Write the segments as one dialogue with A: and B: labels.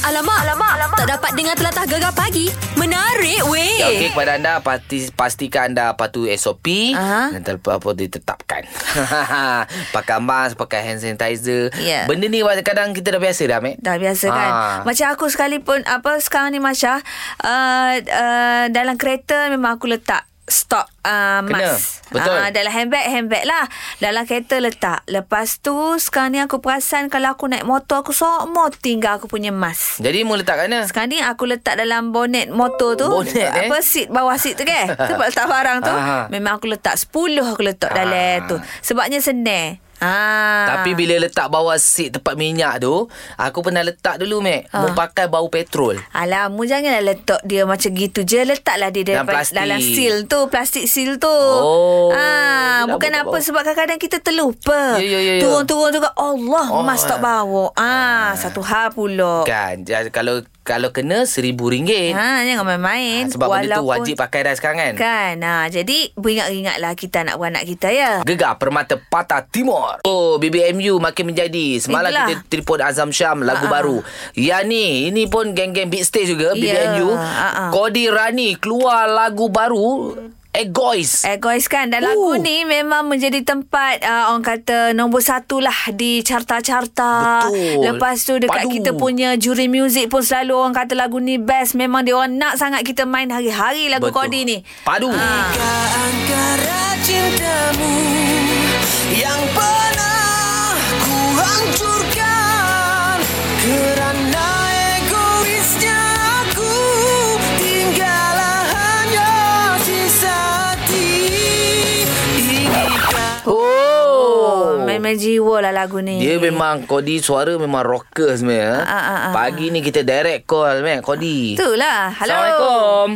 A: Alamak, alamak, alamak. Tak dapat dengar telatah gegar pagi. Menarik, weh.
B: Ya, Okey kepada anda pasti, Pastikan anda patuh SOP
A: Aha.
B: Dan terlepas apa ditetapkan Pakai mask Pakai hand sanitizer
A: Ya.
B: Benda ni kadang kita dah biasa dah Mek
A: Dah biasa kan
B: Ah.
A: Macam aku sekalipun Apa sekarang ni Masya uh, uh, Dalam kereta Memang aku letak Stok uh,
B: Kena.
A: mask
B: Betul.
A: Ah, Dalam handbag Handbag lah Dalam kereta letak Lepas tu Sekarang ni aku perasan Kalau aku naik motor Aku semua tinggal Aku punya mask
B: Jadi eh? mu letak kat mana?
A: sekarang ni aku letak dalam bonet motor tu
B: Bonet, eh?
A: Apa seat bawah seat tu ke Tempat letak barang tu
B: Ah.
A: Memang aku letak 10 aku letak dalam
B: Ah.
A: tu Sebabnya senar Ah.
B: Tapi bila letak bawah seat tempat minyak tu Aku pernah letak dulu Mek
A: Ah.
B: ha. Mu pakai bau petrol
A: Alah, mu janganlah letak dia macam gitu je. Letaklah dia
B: Dalam
A: daripada,
B: plastik.
A: dalam seal tu, plastik seal tu.
B: Oh,
A: Ah,
B: dia dah
A: bukan
B: buka
A: apa
B: bawah.
A: sebab kadang-kadang kita terlupa.
B: Ya, ya, ya, ya.
A: Turun-turun juga Allah,
B: Oh,
A: mas tak
B: ah.
A: bawa. Ah, satu hal pula.
B: Kan ja- Kalau kalau kena seribu ringgit
A: Oh.
B: ha.
A: Ha, jangan main-main.
B: Sebab benda tu wajib pakai dah sekarang kan
A: Kan, ha, jadi beringat-ingatlah kita anak-anak kita ya.
B: Gegar Permata Patah Timur. Oh, BBMU makin menjadi. Semalam
A: Itulah.
B: Itulah. kita telefon Azam Syam lagu
A: Ha-ha.
B: baru. Ya ni, ini pun geng-geng big stage juga
A: Ya,
B: BBMU.
A: ha-ha.
B: Kodi Rani keluar lagu baru Egois.
A: Egois kan Dan lagu
B: Ooh.
A: ni memang menjadi tempat uh, Orang kata nombor satu lah Di carta-carta
B: Betul.
A: Lepas tu dekat
B: Padu.
A: kita punya juri muzik pun selalu orang kata lagu ni best Memang dia orang nak sangat kita main hari-hari lagu
B: Betul.
A: Kodi ni
B: Padu.
A: Ha.
C: Jika angkara cintamu Yang pernah ku hancurkan Kerana egoisnya aku Tinggallah hanya sisa hati Inginkan
B: Oh.
A: Oh, memang jiwa lah lagu ni
B: Dia memang Kodi suara memang rocker sebenarnya.
A: Ha, ha, ha,
B: Pagi ni kita direct call meh Kodi.
A: Itulah Hello
B: Assalamualaikum.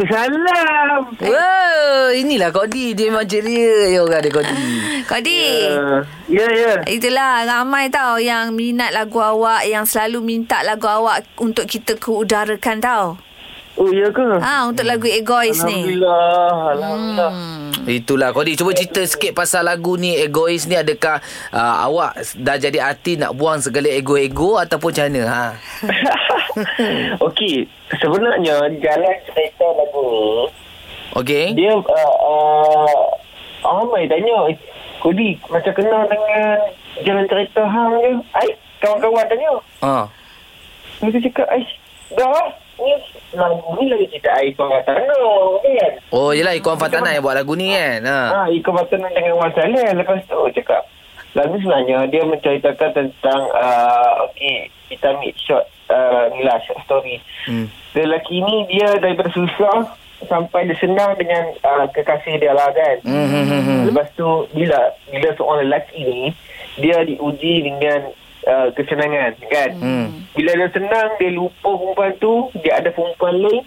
D: Kesalam.
B: Wow, inilah Kodi. Dia memang ceria. Ya orang dia Kodi.
A: Ah. Kodi
D: Uh, ya, ya.
A: Itulah ramai tau yang minat lagu awak Yang selalu minta lagu awak untuk kita keudarakan tau
D: Oh, ya ke?
A: Ah Untuk lagu Egois ni Hmm.
D: Alhamdulillah. Alhamdulillah.
B: Itulah Kodi Cuba cerita sikit pasal lagu ni Egois ni adakah uh, Awak dah jadi artis Nak buang segala ego-ego Ataupun macam mana ha?
D: Okey, sebenarnya jalan cerita lagu ni,
A: Eh.
B: Okay
D: dia uh, uh, ramai tanya, Kodi macam kenal dengan jalan cerita hang ke? Ai, kawan-kawan tanya.
B: ha.
D: Lepas tu cakap, ai, dah. Ni lagu ni lagi cerita ai orang tanah kan?
B: Oh yelah Ikuan Fatana yang buat lagu ni kan ha.
D: Ha, ikut berteman dengan Wan Saleh. Lepas tu cakap. Lagu sebenarnya dia menceritakan tentang uh, okay, kita ambil short uh, ni lah short story.
B: Hmm.
D: Lelaki ni dia daripada susah sampai dia senang dengan uh, kekasih dia lah kan.
B: Hmm, hmm, hmm, hmm.
D: Lepas tu bila bila seorang lelaki ni dia diuji dengan uh, kesenangan kan.
B: Hmm.
D: Bila dia senang dia lupa perempuan tu, dia ada perempuan lain.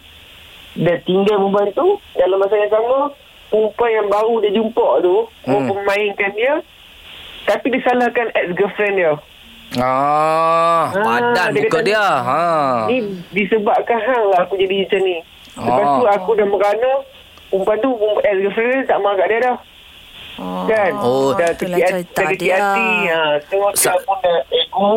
D: Dia tinggal perempuan tu dalam masa yang sama perempuan yang baru dia jumpa tu hmm.
B: Hmm.
D: mempermainkan dia tapi disalahkan ex girlfriend dia.
B: Ah, Padan
D: dia
B: muka
D: kata-
B: dia ha.
D: Ni disebabkan hal lah aku jadi macam ni. Lepas
B: Ah.
D: tu aku dah merana perempuan tu ex girlfriend dia tak marah kat dia dah.
A: Oh,
D: Kan?
B: Oh,
D: dah
A: itulah
D: kecil hati,
A: cerita
D: dah kecil
A: dia.
D: hati. Ha. Tengok dia
B: Sa-
D: pun dah ego.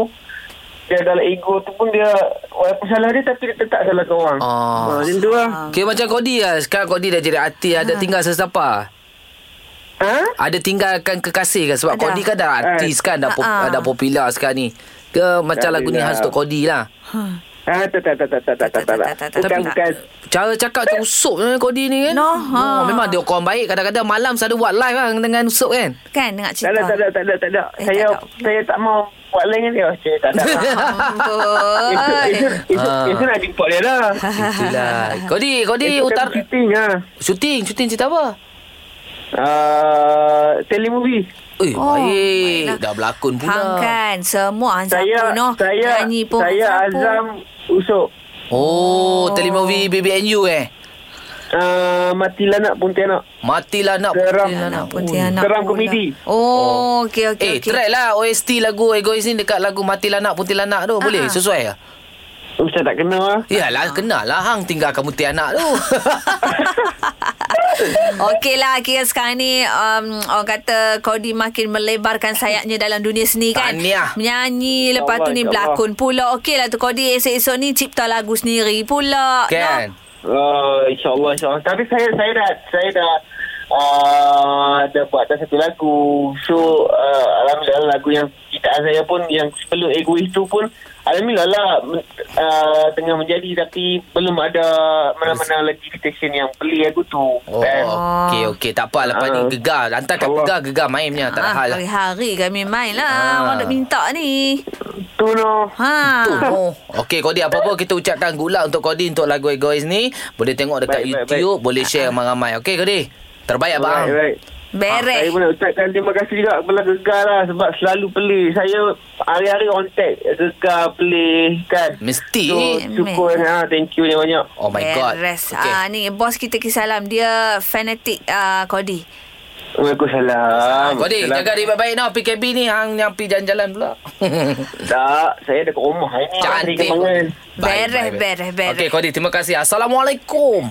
D: Dia dalam ego tu pun dia, walaupun salah dia tapi dia tetap salah kau orang.
B: Ah.
D: Ha, macam tu lah.
B: Okay macam Kodi lah Sekarang Kodi dah jadi artis
A: Ah.
B: Ada tinggal sesiapa
D: Ha?
B: Ada tinggalkan kekasih kan Sebab
A: Ada. Ah,
B: Kodi kan
D: Eh.
B: dah artis kan Dah, pop,
A: Ha-ha.
B: dah popular sekarang ni ke macam lagu ni
D: Adalah.
B: khas untuk Kodi lah
D: Ha, tak, tak, tak, tak, tak, tak, tak, tak,
A: Tak, tak, tak,
D: tak. Bukan,
A: tak.
D: bukan.
B: Cara cakap macam Usop eh, Kodi ni kan
A: No, ha.
B: ha. Memang dia orang baik Kadang-kadang malam Selalu buat live kan Dengan Usop kan
A: Kan dengar
D: Tak
A: cerita.
D: ada, tak ada, tak ada, tak ada.
A: Eh,
D: Saya,
A: tak ada.
D: saya tak mau buat lain dengan dia. Cik, tak ada. Itu, itu,
A: Amboi.
D: itu,
B: Ah.
D: itu nak jumpa dia dah.
B: Itulah Kodi Kodi
D: Itu
B: utar
D: kan shooting, ha.
B: Syuting Syuting cerita apa
D: Ah, telemovie.
B: Eh
A: Oh,
B: oh, baik
A: baiklah.
B: Dah berlakon pula
A: Hang kan semua Hang sapu
D: Saya,
A: no.
D: saya,
A: oh. Nyanyi pun
D: saya
A: Hang sapu.
D: Azam Usop.
B: Oh, Telemovie BBNU eh
D: Ah, mati lanak pun tianak.
B: Matilah nak
A: Ya
D: Seram.
B: matilah nak.
A: Pontianak
D: Seram
A: pula.
D: komedi.
A: Oh, okey okey
B: Eh,
A: okey.
B: try lah OST lagu Egois ni dekat lagu Matilah Nak Putilah Nak tu. Boleh?
A: Ha-ha.
B: Sesuai ke?
D: Ustaz tak kenal lah.
A: Ah. Oh,
B: Yalah, kenal lah Hang tinggalkan Mutianak tu.
A: Okey lah Kira sekarang ni um, Orang kata Kodi makin melebarkan sayapnya Dalam dunia seni kan
B: Tahniah.
A: Menyanyi Lepas tu ni
D: Allah,
A: berlakon pula Okey lah tu Kodi Esok-esok ni cipta lagu sendiri pula
B: Kan?
A: no?
D: Uh, InsyaAllah InsyaAllah Tapi saya Saya dah Saya dah uh, Dah buat dah satu lagu So uh, Alhamdulillah lagu yang Ciptaan saya pun Yang sebelum egois tu pun Alhamdulillah lah men- uh, Tengah menjadi Tapi Belum ada Mana-mana lagi detection Yang beli lagu tu Eh,
B: Oh, okey okey tak apa lepas ni
D: Ah.
B: gegar hantar kat
D: Allah.
B: gegar gegar mainnya tak ada
A: Ah,
B: hal. lah.
A: hari-hari kami main lah
B: Ah.
A: Orang nak minta ni
D: Tu no
A: Ha.
B: Tu. Oh. Okey Kodi apa-apa kita ucapkan good luck untuk Kodi untuk lagu Egois ni. Boleh tengok dekat
D: Baik, baik,
B: YouTube, boleh
A: Ah,
B: share ramai-ramai. Okey Kodi. Terbaik abang.
D: Baik, baik.
A: Beres.
D: Ah, Saya pun nak ucapkan terima kasih juga kepada Gegar lah sebab selalu play. Saya hari-hari on tag Gegar play kan.
B: Mesti.
D: So, syukur. Ha, thank you ni banyak.
B: Oh my god.
A: Beres.
B: Okey.
A: Ah, ni bos kita kisalam dia fanatik ah, Kodi.
D: Waalaikumsalam.
B: Kodi
D: Salam.
B: jaga diri baik-baik noh PKB ni hang yang pergi jalan-jalan pula.
D: Tak, saya dekat rumah. Hari ni hari
B: Cantik.
D: kemangan.
B: Baik,
A: Beres,
B: baik,
A: beres, beres.
B: Okey Kodi terima kasih. Assalamualaikum.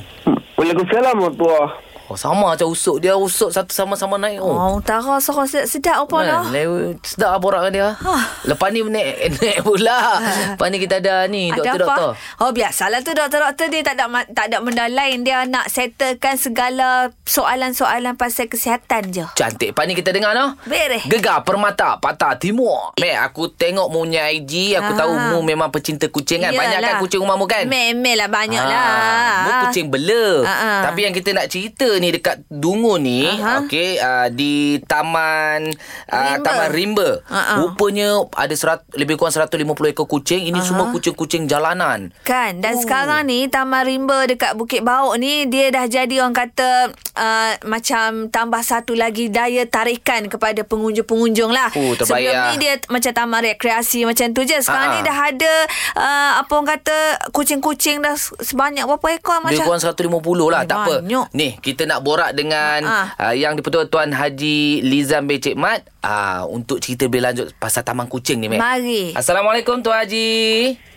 D: Waalaikumsalam warahmatullahi
B: Oh sama macam usuk dia usuk satu sama-sama naik. Oh.
A: Oh, utara sorang sedap-sedap apa lah.
B: Kan, lew- sedap lah borak dengan dia.
A: Ha.
B: Lepas ni naik, naik pula. Lepas ni kita ada ni, doktor-doktor.
A: Oh, biasalah tu doktor-doktor dia tak ada ma- tak ada benda lain. Dia nak settlekan segala soalan-soalan pasal kesihatan je.
B: Cantik. Lepas ni kita dengar noh.
A: Beres.
B: Gegar Permata Patah Timur. Mek, aku tengok mu punya IG. Aku
A: Ah.
B: tahu mu memang pecinta kucing kan. Banyak kan
A: Yalah.
B: kucing rumah mu kan?
A: Memel lah banyak
B: Ah,
A: lah.
B: Mu kucing bela.
A: Ah, ah.
B: Tapi yang kita nak cerita ni dekat Dungu ni,
A: Aha.
B: okey, uh, di Taman uh,
A: Rimba.
B: Taman Rimba.
A: Ah, ah.
B: Rupanya ada serat, lebih kurang 150 ekor kucing. Ini semua kucing-kucing jalanan.
A: Kan dan oh. sekarang ni Taman Rimba dekat Bukit Bauk ni dia dah jadi orang kata uh, macam tambah satu lagi daya tarikan kepada pengunjung-pengunjung lah.
B: Oh, terbaik
A: Sebelum
B: lah.
A: ni dia t- macam taman rekreasi macam tu je. Sekarang
B: Ha-ha.
A: ni dah ada uh, apa orang kata kucing-kucing dah se- sebanyak berapa ekor macam
B: Dia kurang 150 lah
A: Eh,
B: Tak apa
A: banyak.
B: Ni kita nak borak dengan
A: Ah.
B: uh, Yang dipertua Tuan Haji Lizan Becik Mat uh, Untuk cerita lebih lanjut Pasal taman kucing ni Mek
A: Mari.
B: Assalamualaikum Tuan Haji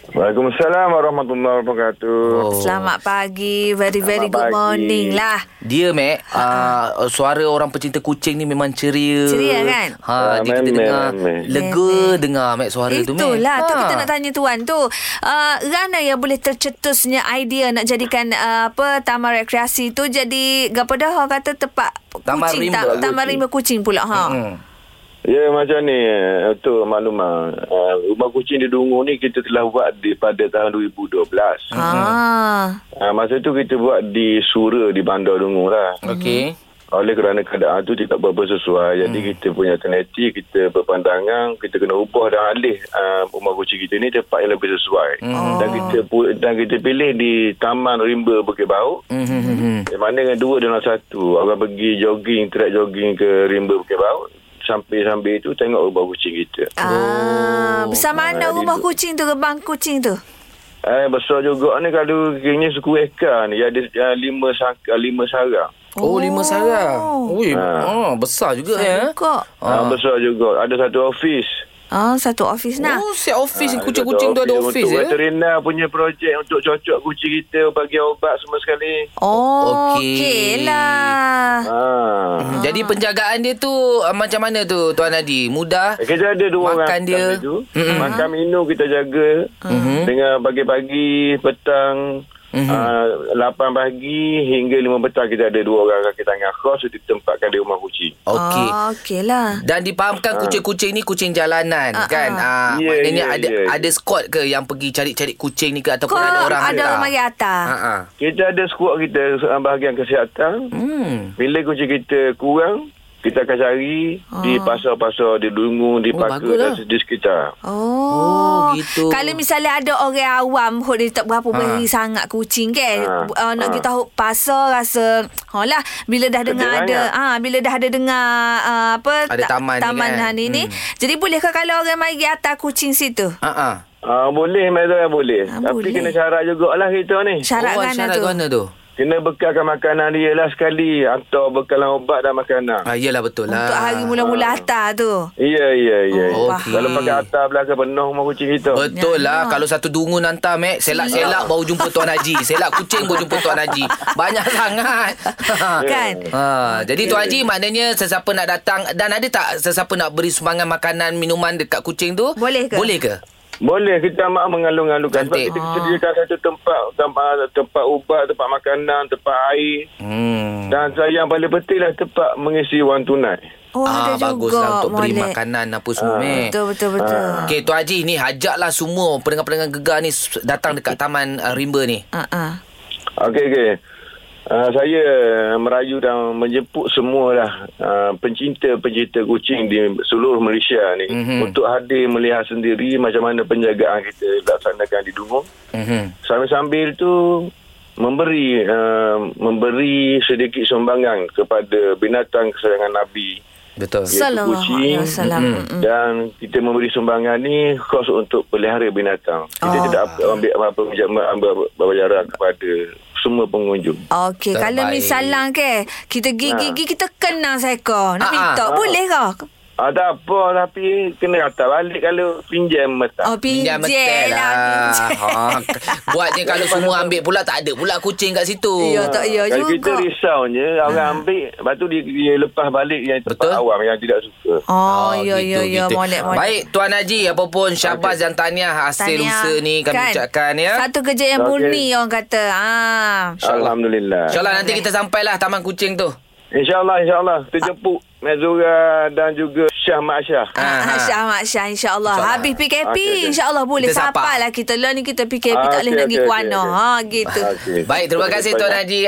E: Waalaikumsalam warahmatullahi wabarakatuh.
B: Oh.
A: Selamat pagi. Very very
E: Selamat
A: good
E: pagi.
A: morning lah.
B: Dia Mek uh, Suara orang pecinta kucing ni memang ceria
A: Ceria, kan?
B: ha,
E: Ah,
B: Dia kita
E: memek,
B: dengar
E: memek.
B: Lega
A: Memek.
B: dengar Mek suara tu Mek
A: Itulah tu
B: Ha.
A: kita nak tanya tuan tu. Uh, Rana yang boleh tercetusnya idea nak jadikan uh, apa taman rekreasi tu jadi apa dah orang kata tempat
B: Taman
A: kucing
B: rimba.
A: taman rimba kucing pula ha.
B: Hmm.
E: Ya macam ni eh, untuk maklumat uh, rumah kucing di Dungu ni kita telah buat di, pada tahun 2012. Ha.
A: Ah.
E: Uh, masa tu kita buat di Sura di Bandar Dungu lah.
B: Okey
E: Oleh kerana keadaan tu tidak berapa sesuai jadi kita punya alternatif kita berpandangan kita kena ubah dan alih uh, rumah kucing kita ni tempat yang lebih sesuai. Dan kita pu- dan kita pilih di Taman Rimba Bukit Bau.
B: Mhm.
E: Yang mana dengan dua dalam satu. Orang pergi jogging, trek jogging ke Rimba Bukit Bau. Sampai-sampai itu tengok rumah kucing kita.
A: Ah,
B: Oh,
A: besar mana
E: jadi
A: rumah
E: tu.
A: kucing tu kebang kucing tu?
E: Eh, besar juga ni kalau kini suku ekar ni. Ada uh, lima, sang, uh, lima sarang.
B: Oh, lima sarang
A: Oh.
B: Ui, ah,
E: Ah.
B: Besar juga ya
A: Kok.
E: Ah.
B: Ah.
E: besar juga. Ada satu office.
A: Ah, satu office nah.
B: Oh, siap office
E: Ah,
B: kucing-kucing tu ada office
E: Untuk
B: ya.
E: veterina punya projek untuk cocok kucing kita bagi obat semua sekali.
A: Oh,
B: Okey.
A: okey lah.
E: Ah.
B: Hmm, Jadi penjagaan dia tu uh, macam mana tu Tuan Hadi? Mudah?
E: Eh, Kita ada
B: Makan
E: dua orang kat
B: dia.
E: situ.
B: Mm-mm.
E: Makan minum kita jaga
B: Mhm.
E: Dengan pagi-pagi Petang
B: Mhm.
E: uh, 8 pagi Hingga 5 petang Kita ada dua orang kaki tangan khas Untuk ditempatkan di rumah kucing
B: Okey.
A: Ah, okey lah.
B: Dan dipahamkan kucing-kucing ni kucing jalanan kan? Ah,
E: Ha. Ya,
B: maknanya
E: ya,
B: ada
E: ya, ya.
B: ada squad ke yang pergi cari-cari kucing ni ke ataupun
A: Kok
B: ada orang
A: ada orang mari
B: Ha
A: atas.
B: ah.
E: Kita ada skuad kita uh, Bahagian kesihatan
B: Hmm.
E: Bila kucing kita kurang Kita akan cari Di pasar-pasar Di dungu Di
B: Oh,
E: pakar
B: bagus lah.
E: Dan di sekitar
A: Oh,
B: Oh, gitu. Ha.
A: Kalau misalnya ada orang awam hok dia tak berapa beri sangat kucing
E: Ha,
A: kan. Uh, nak
E: ha.
A: pergi tahu pasar rasa oh lah bila dah dengar
E: Kerja
A: ada ah ha, bila dah ada dengar uh, apa
B: Ada taman ni
A: taman
B: kan?
A: ni, ni. Jadi boleh ke kalau orang mari atas kucing situ?
B: Ha ah.
E: Ah boleh Mazal boleh.
A: Ah,
E: Tapi
A: boleh.
E: kena syarat jugalah kita ni.
A: Syarat
B: Oh,
A: kan
B: syarat
A: tu.
B: mana tu?
E: Kena bekalkan makanan dia lah sekali. Hantar bekalan ubat dan makanan.
B: Ah, yelah betul lah.
A: Untuk hari mula-mula atas tu.
E: Ya, ya, ya.
B: Oh,
E: ya.
B: faham.
E: Kalau pakai atas belakang penuh rumah kucing kita.
B: Betul
A: Ya,
B: lah.
A: ya.
B: Kalau satu dungu hantar, Mek. Selak-selak baru jumpa Tuan Haji. Selak kucing baru jumpa Tuan Haji. Banyak sangat.
A: Kan?
B: Ha, jadi Tuan Haji maknanya sesiapa nak datang dan ada tak sesiapa nak beri sumbangan makanan, minuman dekat kucing tu?
A: Boleh ke?
B: Boleh ke?
E: Boleh kita amat mengalung-alungkan. Sebab
B: Cantik.
E: kita sediakan satu tempat, tempat, tempat ubat, tempat makanan, tempat air.
B: Hmm.
E: Dan saya yang paling penting lah tempat mengisi wang tunai.
A: Oh, ada juga.
B: Ah, baguslah untuk beri eh.
A: molek.
B: makanan apa semua,
E: Ah.
B: Mek.
A: Betul, betul, betul.
B: Okey, Tuan Haji ni ajaklah semua pendengar-pendengar gegar ni s- datang dekat Taman uh, Rimba ni.
A: Ah, ah.
E: Okey, okey. Uh, saya merayu dan menjemput semualah uh, pencinta-pencinta kucing di seluruh Malaysia ni
B: Mhm.
E: mm-hmm. untuk hadir melihat sendiri macam mana penjagaan kita laksanakan di Dungun.
B: Mhm.
E: sambil-sambil tu memberi uh, memberi sedikit sumbangan kepada binatang kesayangan Nabi
B: Betul.
E: Yes.
A: Sallallahu alaihi
E: kucing.
A: wasallam.
B: Mm-mm.
A: Mm-mm.
E: dan kita memberi sumbangan ni khas untuk pelihara binatang.
A: Oh.
E: Kita oh. tidak ambil apa-apa ambil berjarak kepada semua pengunjung.
A: Okey,
B: Terbaik.
A: kalau misalnya ke kita gigi-gigi kita kenang seekor. Nak
B: Ah,
A: minta
E: ah.
A: boleh ke?
E: Ada apa tapi kena kata balik kalau pinjam mata.
A: Oh, pinjam lah. pinjam.
B: Ha, k- buatnya kalau semua ambil pula tak ada pula kucing kat situ. Ha,
A: Ya, tak ya
E: kalau kita
A: juga. Ah.
E: risaunya orang ambil lepas tu dia, dia lepas balik yang tempat
B: Betul.
E: awam yang tidak suka.
A: Oh, ya, ya, ya.
B: gitu.
A: Molek, molek.
B: Baik Tuan Haji Apapun syabas dan tahniah Hasil
A: Tahniah.
B: usaha ni Kami
A: Kan?
B: ucapkan ya
A: Satu kerja yang
E: Okey.
A: murni orang kata. Ah.
B: InsyaAllah.
E: Alhamdulillah.
B: InsyaAllah nanti kita sampailah Taman kucing tu
E: InsyaAllah insyaAllah terjemput Mezura dan juga Syah Mak Syah.
B: Ah,
A: Ah,
B: ah.
A: Syah Mat Syah InsyaAllah
B: InsyaAllah.
A: Habis PKP
E: Okey, okey.
A: InsyaAllah boleh
B: Kita sapa.
A: Sapa lah kita Lah ni kita PKP Tak
E: Ah,
A: boleh
E: okey,
A: nak pergi
E: okey,
A: kuana
E: okey, Ah,
A: Ha gitu
E: Okey.
B: Baik terima kasih Tuan Haji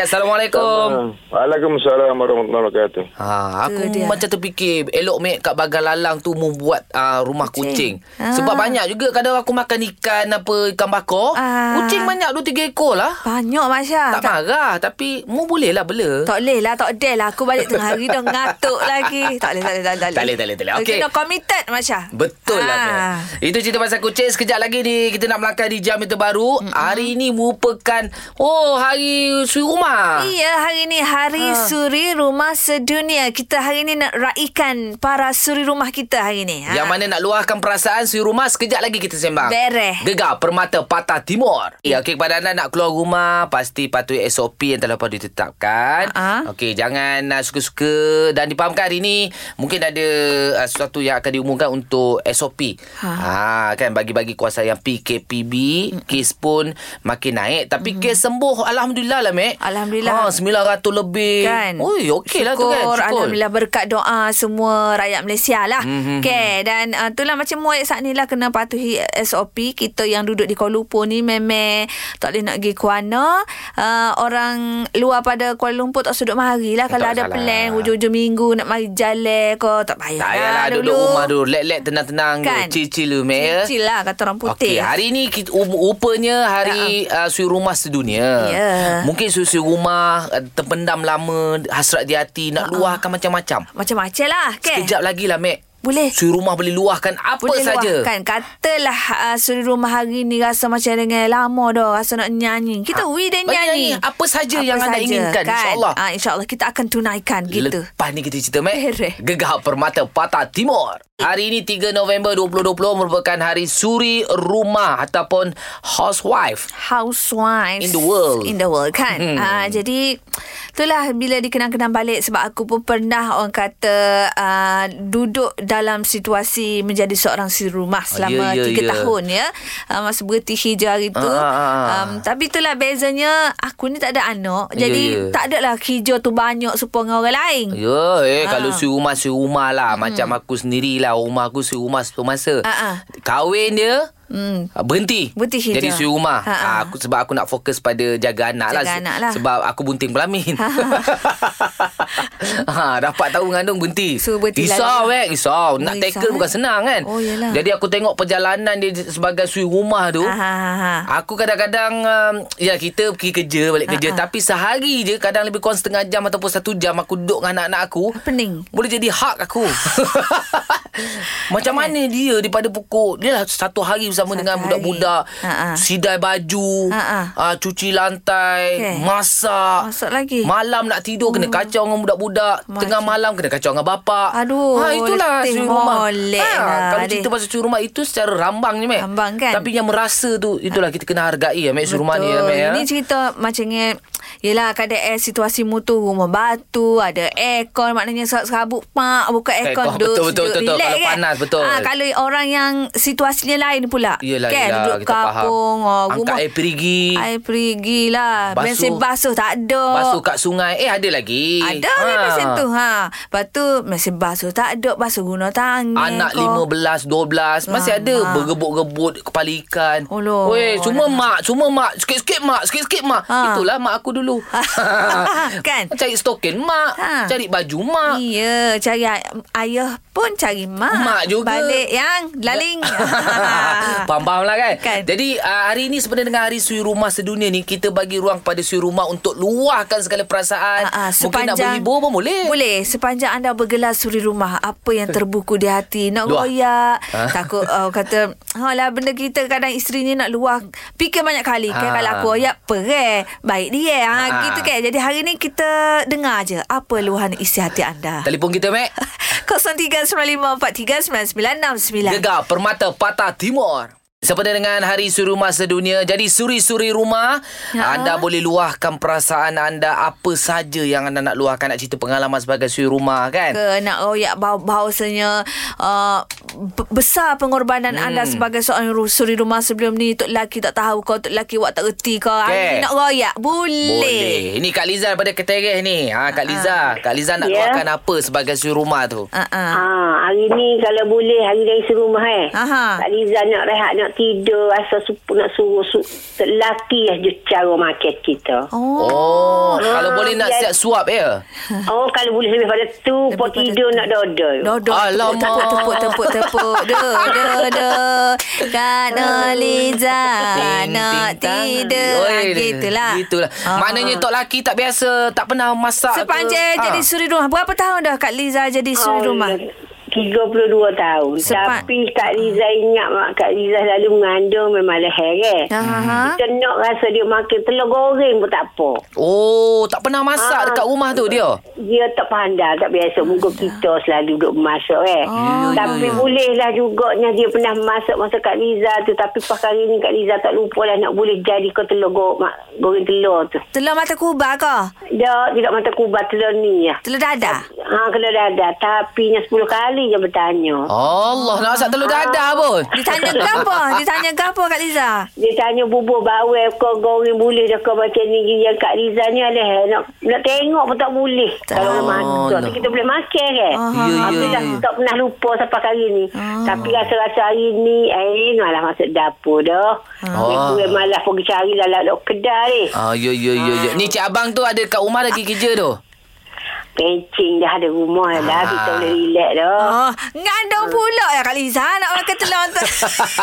B: Assalamualaikum
E: Waalaikumsalam warahmatullahi wabarakatuh.
B: Ha, aku
A: dia.
B: dia. macam terfikir elok mek kat bagan lalang tu membuat uh, rumah kucing.
A: Kucing.
B: kucing. Sebab
A: Ah.
B: banyak juga kadang aku makan ikan apa ikan bakar,
A: Ah.
B: kucing banyak 2 3 ekor lah.
A: Banyak Mat Syah
B: Tak, tak marah tapi mu boleh lah bela.
A: Tak boleh lah, tak ada lah. Aku balik tengah hari dah ngatuk lagi. Tak boleh, tak boleh, tak boleh.
B: Tak boleh, tak boleh, tak boleh. Okey.
A: Kita committed, Ah. Masya.
B: Betul lah Mek. Itu cerita pasal kucing Sekejap lagi ni Kita nak melangkah di jam yang terbaru mm-hmm. Hari ini merupakan Oh hari suri rumah
A: Iya, hari ni Hari
B: Ah.
A: Suri Rumah Sedunia. Kita hari ni nak raikan para suri rumah kita hari ni. Ah,
B: Yang mana nak luahkan perasaan suri rumah Sekejap lagi kita sembang
A: Beres.
B: Gegar Permata Patah Timur Ya okey kepada anda nak keluar rumah Pasti patuhi SOP yang telah pun ditetapkan
A: Ha-ha.
B: Okey jangan uh, suka-suka Dan dipahamkan hari ini Mungkin ada uh, sesuatu yang akan diumumkan untuk SOP ha. Kan bagi-bagi kuasa yang PKPB Kes pun makin naik Tapi kes sembuh Alhamdulillah lah Mek
A: Alhamdulillah.
B: ha, 900 lebih
A: kan.
B: Ui okey lah tu
A: Syukur,
B: kan Syukur. Hmm,
A: Alhamdulillah berkat doa semua rakyat Malaysia lah. Mm-hmm. Okay, dan uh, itulah macam muat saat ni lah kena patuhi SOP. Kita yang duduk di Kuala Lumpur ni memang tak boleh nak pergi Kuala. Uh, orang luar pada Kuala Lumpur tak sudut mari lah. Kalau
B: Eh, Tak
A: ada
B: masalah.
A: plan hujung-hujung minggu nak mari jalan ke tak payah
B: Tak payahlah
A: dulu.
B: duduk rumah dulu Let-let tenang-tenang
A: Ah, Kan?
B: dulu Chill-chill dulu Mek ya
A: Kecil lah kata orang putih.
B: Okey, hari ni kita, um- rupanya hari uh, sui rumah sedunia.
A: Ya.
B: Mungkin sui-sui rumah uh, terpendam lama, hasrat di hati,
A: Ah.
B: nak luahkan macam-macam.
A: Macam-macam lah. Okay.
B: Sekejap lagi lah, Mek.
A: Boleh.
B: Sui rumah boleh luahkan apa
A: Boleh
B: saja.
A: luahkan Katalah uh, Suri rumah hari ni Rasa macam dengan lama dah Rasa nak nyanyi Kita ha. we dan
B: Okey,
A: nyanyi
B: Ah, nyanyi. Apa saja yang anda inginkan, insyaAllah.
A: ha, InsyaAllah kita akan tunaikan Gitu
B: Lepas ni kita cerita, Mek.
A: Beres. Eh.
B: Gegar Permata Patah Timur. Hari ini 3 November 2020 merupakan hari suri rumah ataupun housewife.
A: housewives
B: In the world.
A: in the world kan hmm.
B: Hmm.
A: uh, jadi itulah bila dikenang-kenang balik sebab aku pun pernah orang kata uh, duduk dalam situasi menjadi seorang si rumah selama
B: Ah,
A: 3
B: ya, ya, ya.
A: tahun ya uh, masa bertihi je hari tu
B: Ah, ah, ah.
A: um, tapi itulah bezanya aku ni tak ada anak
B: Ya,
A: jadi
B: ya.
A: tak adalah hijau tu banyak supaya dengan orang lain
B: Ya, eh,
A: Ha.
B: ha. kalau si rumah si rumah lah. Hmm. Macam aku sendirilah. Rumah aku si rumah satu masa.
A: Ha, ha.
B: Kahwin dia,
A: hmm.
B: Ah, Berhenti
A: Berhenti hijau.
B: Jadi suri rumah
A: Ha,
B: ha,
A: ha.
B: Aku, Sebab aku nak fokus pada jaga anak
A: Jaga
B: lah Se-
A: anak lah. Ah.
B: Sebab aku bunting pelamin ha, Dapat tahu mengandung berhenti
A: So, berhenti
B: Risau
A: lah.
B: eh Risau
A: Oh,
B: Nak tackle
A: risau,
B: bukan
A: eh.
B: senang kan
A: Oh, yelah.
B: Jadi aku tengok perjalanan dia Sebagai suri rumah tu
A: ha, ha, ha, ha.
B: Aku kadang-kadang um, Ya kita pergi kerja Balik kerja Tapi sehari je Kadang lebih kurang setengah jam Ataupun satu jam Aku duduk dengan anak-anak aku
A: pening
B: boleh jadi hak aku Macam mana dia Daripada pukul Dia lah satu hari bersama dengan
A: Satu
B: budak-budak
A: hari. Ha, ha.
B: sidai baju,
A: Ha, ha.
B: ah, cuci lantai,
A: Okey.
B: masak.
A: Masak lagi? Hmm.
B: Malam nak tidur kena kacau dengan budak-budak,
A: Macam-
B: tengah malam kena kacau dengan bapak.
A: Aduh,
B: ha itulah
A: letih
B: suri rumah. Ha,
A: molek lah,
B: kalau
A: adik.
B: cerita pasal suri rumah itu secara rambang je, Mek.
A: Rambang, kan?
B: Tapi yang merasa tu itulah kita kena hargai ya, Mek, suri rumah ni ya, Mek. Ya.
A: Ini cerita macam ni. Yelah kadang air situasi mutu rumah batu, ada aircon maknanya serabut pak buka aircon,
B: Aircon, Eh, betul, betul, betul, betul. Kalau panas, betul.
A: Ah kalau orang yang situasinya lain pula.
B: Yelah,
A: kan
B: yelah,
A: duduk
B: kita faham.
A: kampung, oh,
B: Angkat
A: rumah
B: air perigi.
A: Air perigi lah.
B: Basuh.
A: Mesin basuh tak ada.
B: Basuh kat sungai. Eh ada lagi.
A: Ada ha. mesin tu ha. Lepas tu mesin basuh tak ada, basuh guna tangan.
B: Anak
A: kau.
B: 15, 12 Masih ada
A: Alamak.
B: Bergebut-gebut Kepala ikan
A: Oh, loh.
B: Weh Cuma
A: Alamak.
B: mak Cuma mak Sikit-sikit mak Sikit-sikit mak
A: Ha.
B: Itulah mak aku dulu
A: Kan?
B: Cari stokin mak
A: Ha.
B: Cari baju mak
A: Iya, ya, cari ay- ayah pun cari mak.
B: Mak juga.
A: Balik yang laling.
B: Faham-faham lah kan?
A: Kan.
B: Jadi uh, hari ni sebenarnya dengan hari sui rumah sedunia ni Kita bagi ruang kepada sui rumah Untuk luahkan segala perasaan
A: Ah, ah,
B: Mungkin nak
A: sepanjang-
B: berhibur pun boleh
A: Boleh Sepanjang anda bergelar suri rumah Apa yang terbuku di hati Nak
B: Luah.
A: royak
B: Ah.
A: Takut uh, kata Alah benda kita kadang isteri ni nak luah Fikir banyak kali kan
B: Ah.
A: Kalau aku royak Perai Baik dia ha,
B: Ah.
A: Gitu kan Jadi hari ni kita dengar je Apa luahan isi hati anda
B: Telefon kita Mac
A: 0395439969
B: Gegar Permata Patah Timur. Seperti dengan Hari Suri Rumah Sedunia. Jadi suri-suri rumah,
A: Ya.
B: anda boleh luahkan perasaan anda apa saja yang anda nak luahkan. Nak cerita pengalaman sebagai suri rumah kan?
A: ke nak royak bau bahawasanya uh, b- besar pengorbanan hmm. anda sebagai seorang ru- suri rumah sebelum ni tok lelaki tak tahu kau tok lelaki awak tak reti kau
B: Okey.
A: okay. nak royak boleh, boleh.
B: Boleh. Ini Kak Liza daripada Ketereh ni. Ha,
A: Ah.
B: Kak Liza. Kak Liza nak
F: Ya.
B: luahkan apa sebagai suri rumah tu?
A: Uh-uh.
F: Ha, hari ni kalau boleh hari raya serumah eh.
A: Aha.
F: Kak Liza nak rehat, nak tidur, rasa sup- nak suruh su- lelaki eh je cara makan kita.
A: Oh.
B: Oh, kalau
F: Ah,
B: boleh nak siap
F: biar-
B: suap ya?
F: Oh, kalau boleh lebih pada tu,
A: Lebih
F: pun
A: pada
F: tidur
A: tu.
F: nak dodol.
A: Dodol
B: Alamak.
A: tepuk tepuk tepuk tepuk de de de Kak Noliza
B: Ting,
A: nak
B: ting, tang.
A: tidur Ah,
B: Oi,
A: gitulah
B: Gitulah.
A: Ah.
B: Maknanya tok laki tak biasa, tak pernah masak ke?
A: sepanjang
B: Ah.
A: jadi suri rumah berapa tahun dah Kak Liza jadi
F: Oh,
A: suri rumah
F: 32 tahun.
A: Sepat. Hmm.
F: Tapi Kak Liza ingat mak Kak Liza selalu mengandung memanglah heret.
A: Aha.
F: Hmm. Kita nak rasa dia makan telur goreng pun tak apa.
B: Oh, tak pernah masak
F: Ah.
B: dekat rumah tu dia.
F: Dia tak pandai, tak biasa. Muka kita selalu duduk memasak eh.
A: Oh,
F: tapi bolehlah jugaknya dia pernah masak masa Kak Liza tu. Tapi pas kali ni Kak Liza tak lupa lah nak boleh jadi kau telur go, mak, goreng telur tu.
A: Telur mata kubar kah?
F: Dia tidak mata kubat telur ni ya.
A: Telur dadah?
F: Ha, kena dadah. Tapi nya 10 kali je bertanya.
B: Allah, nak masak telur dadah pun.
A: Ditanya gapo? Ditanya gapo Kak Liza?
F: Dia tanya bubur bawel kau goreng boleh dah kau macam ni yang Kak Liza ni alah nak nak tengok pun tak boleh. Kalau orang masak
B: Allah.
F: tu kita boleh makan kan.
A: Aha.
B: Ya,
F: Tapi
B: ya,
F: dah
B: ya. Ah.
F: tak pernah lupa sampai hari ni. Tapi rasa-rasa hari ni eh malah masuk dapur dah.
B: Ah.
F: Oh. Gue malah pergi cari dalam dok kedai ni.
B: Ah, yo yo yo yo. Ni cik abang tu ada kat rumah lagi kerja tu.
F: Pencing dah ada rumah dah kita
B: Ah.
F: boleh relax dah.
A: Oh, ngandung pula ya Kak Liza nak makan telur tu.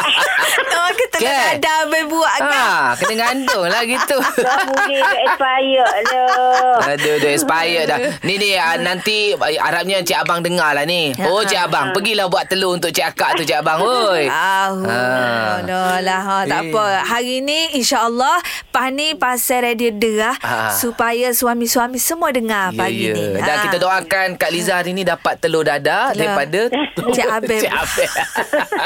A: nak makan telur
B: Kan?
A: dadah habis buat kan?
B: Ha, kena ngandung lah gitu.
F: Dah boleh dah expired dah.
B: Aduh, dah expired dah. Ni ni ah, nanti ah, harapnya cik abang dengar lah ni.
A: Ya.
B: Oh, cik abang, pergilah buat telur untuk cik akak tu cik abang. Oi.
A: Ah,
B: Ah.
A: ah. lah, ha, tak
B: Eh.
A: apa. Hari ni insya-Allah Pah ni pasal radio derah
B: Ah.
A: supaya suami-suami semua dengar pagi ni.
B: Ya, Dan
A: Ah.
B: kita doakan Kak Liza hari ni dapat telur dadah
A: Telur.
B: daripada telur
A: Cik Abel.
B: Cik Abel.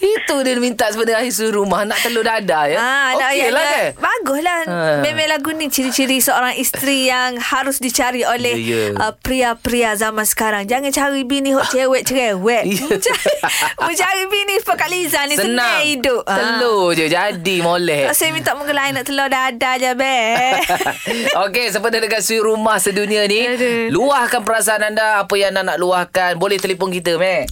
B: Itu dia minta sebenarnya hari suruh rumah nak telur dadah ya.
A: Ah, nak
B: Okey
A: ayat
B: lah
A: dia.
B: kan.
A: Baguslah.
B: Ah.
A: Memang lagu ni ciri-ciri seorang isteri yang harus dicari oleh
B: Ya, ya.
A: yeah, yeah. Uh, pria-pria zaman sekarang. Jangan cari bini hok cewek cerewet.
B: Ya.
A: Mencari, mencari bini Fakat Liza ni senang, senang hidup. Ah.
B: Telur je jadi molek.
A: Tak saya minta menggelai nak telur dadah je be.
B: Okey, seperti dengan suri rumah sedunia ni, luahkan perasaan anda apa yang anda nak luahkan. Boleh telefon kita, Mac.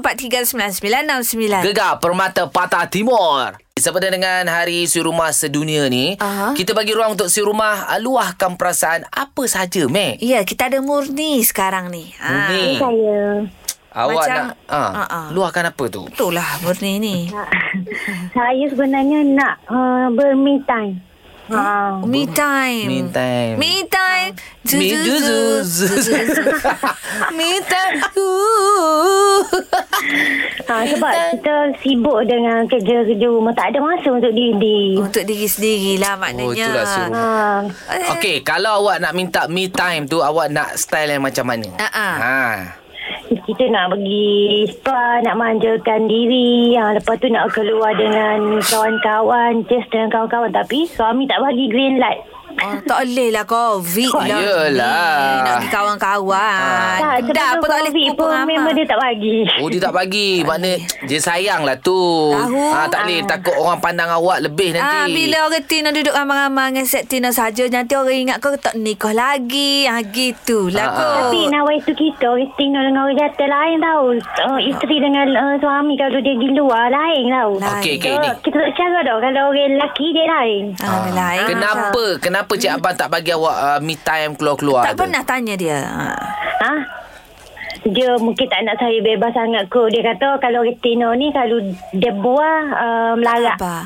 A: 0395439969.
B: Gegar Permata Patah Timur. Seperti dengan Hari Si Rumah Sedunia ni,
A: Aha.
B: kita bagi ruang untuk Si Rumah ah, luahkan perasaan apa saja, Mac.
A: Ya, kita ada Murni sekarang ni. Ah.
B: Ni,
F: Saya.
B: awak
A: Macam-
B: nak ah,
A: Ah, ah.
B: luahkan apa tu?
A: Itulah Murni ni.
F: Saya sebenarnya nak uh, bermi time.
B: Hmm?
F: Ha.
A: Me time.
B: Me time.
A: Me time. Zu- zu-
B: Me zu-
A: zu- zu-
B: zu-
A: zu- zu. Me time.
F: ha. Sebab kita sibuk dengan kerja-kerja rumah. Tak ada masa untuk diri.
A: Untuk diri sendiri lah maknanya.
B: Oh, itulah suruh.
F: Ha.
A: Eh,
B: Okey, kalau awak nak minta me time tu, awak nak style yang macam mana?
A: Ha-ha.
B: Ha.
F: kita nak pergi spa, nak manjakan diri. Ha, lepas tu nak keluar dengan kawan-kawan, just dengan kawan-kawan. Tapi suami tak bagi green light.
A: Oh, tak boleh lah COVID
B: Ah,
A: lah.
B: yelah.
A: Nak pergi
B: Ah.
A: kawan-kawan.
F: Tak,
A: Dah
F: sebelum
A: apa tak boleh
F: COVID
A: pukul
F: Ha, pun memang dia tak bagi.
B: Oh dia tak bagi Maknanya Dia sayang lah tu
A: Tahu.
B: ha, Tak boleh Takut orang pandang awak Lebih
A: Ah,
B: nanti
A: bila orang Tina duduk ramai-ramai dengan set Tina saja nanti orang ingat kau tak nikah lagi. Ah gitulah
B: Ah,
A: kau.
F: Tapi nawai tu kita Orang tinggal dengan orang jatuh lain tau uh, Isteri dengan uh, suami Kalau dia pergi luar Lain tau
A: Lain.
B: Okey okey ni
F: So, Kita tak cara tau Kalau orang lelaki dia lain
A: Ah, lain.
B: Kenapa Kenapa Cik Abang tak bagi awak uh, Me time keluar-keluar
A: Tak
B: tu?
A: pernah tanya dia. Ah.
F: Ha? Dia mungkin tak nak saya bebas sangat kot Dia kata kalau orang Tino ni Kalau dia buah uh, Melarat
A: Apa?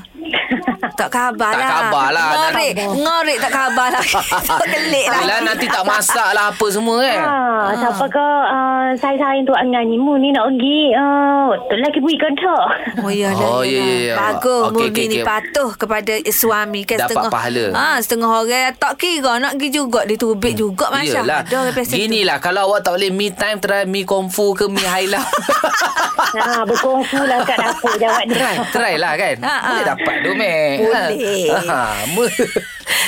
A: Tak khabar
B: Tak
A: lah.
B: khabar lah.
A: Ngorik. Ngorik tak khabar lah. tak kelik lah.
B: Yelah nanti tak masak lah Apa semua kan
F: Ha, siapa ke uh, saya sayang tu angan ni mu ni nak pergi uh, lelaki pergi kantor.
A: Oh, ya lah.
B: Oh, ya, ya, ya.
A: Bagus.
B: Okey,
A: Okay, Murni
B: okey,
A: ni
B: okey.
A: patuh kepada suami. Kan
B: Dapat
A: setengah,
B: pahala.
A: Ha, setengah orang tak kira nak pergi juga. Dia tubik juga. Masya
B: Yelah
A: Allah.
B: Gini lah Kalau awak tak boleh Me time Try me kung fu ke Me haila
F: ha, berkongsi lah kat dapur jawab dia.
B: Try lah kan
A: Ha, ha.
B: Boleh dapat tu Mac
A: Boleh.
B: ha.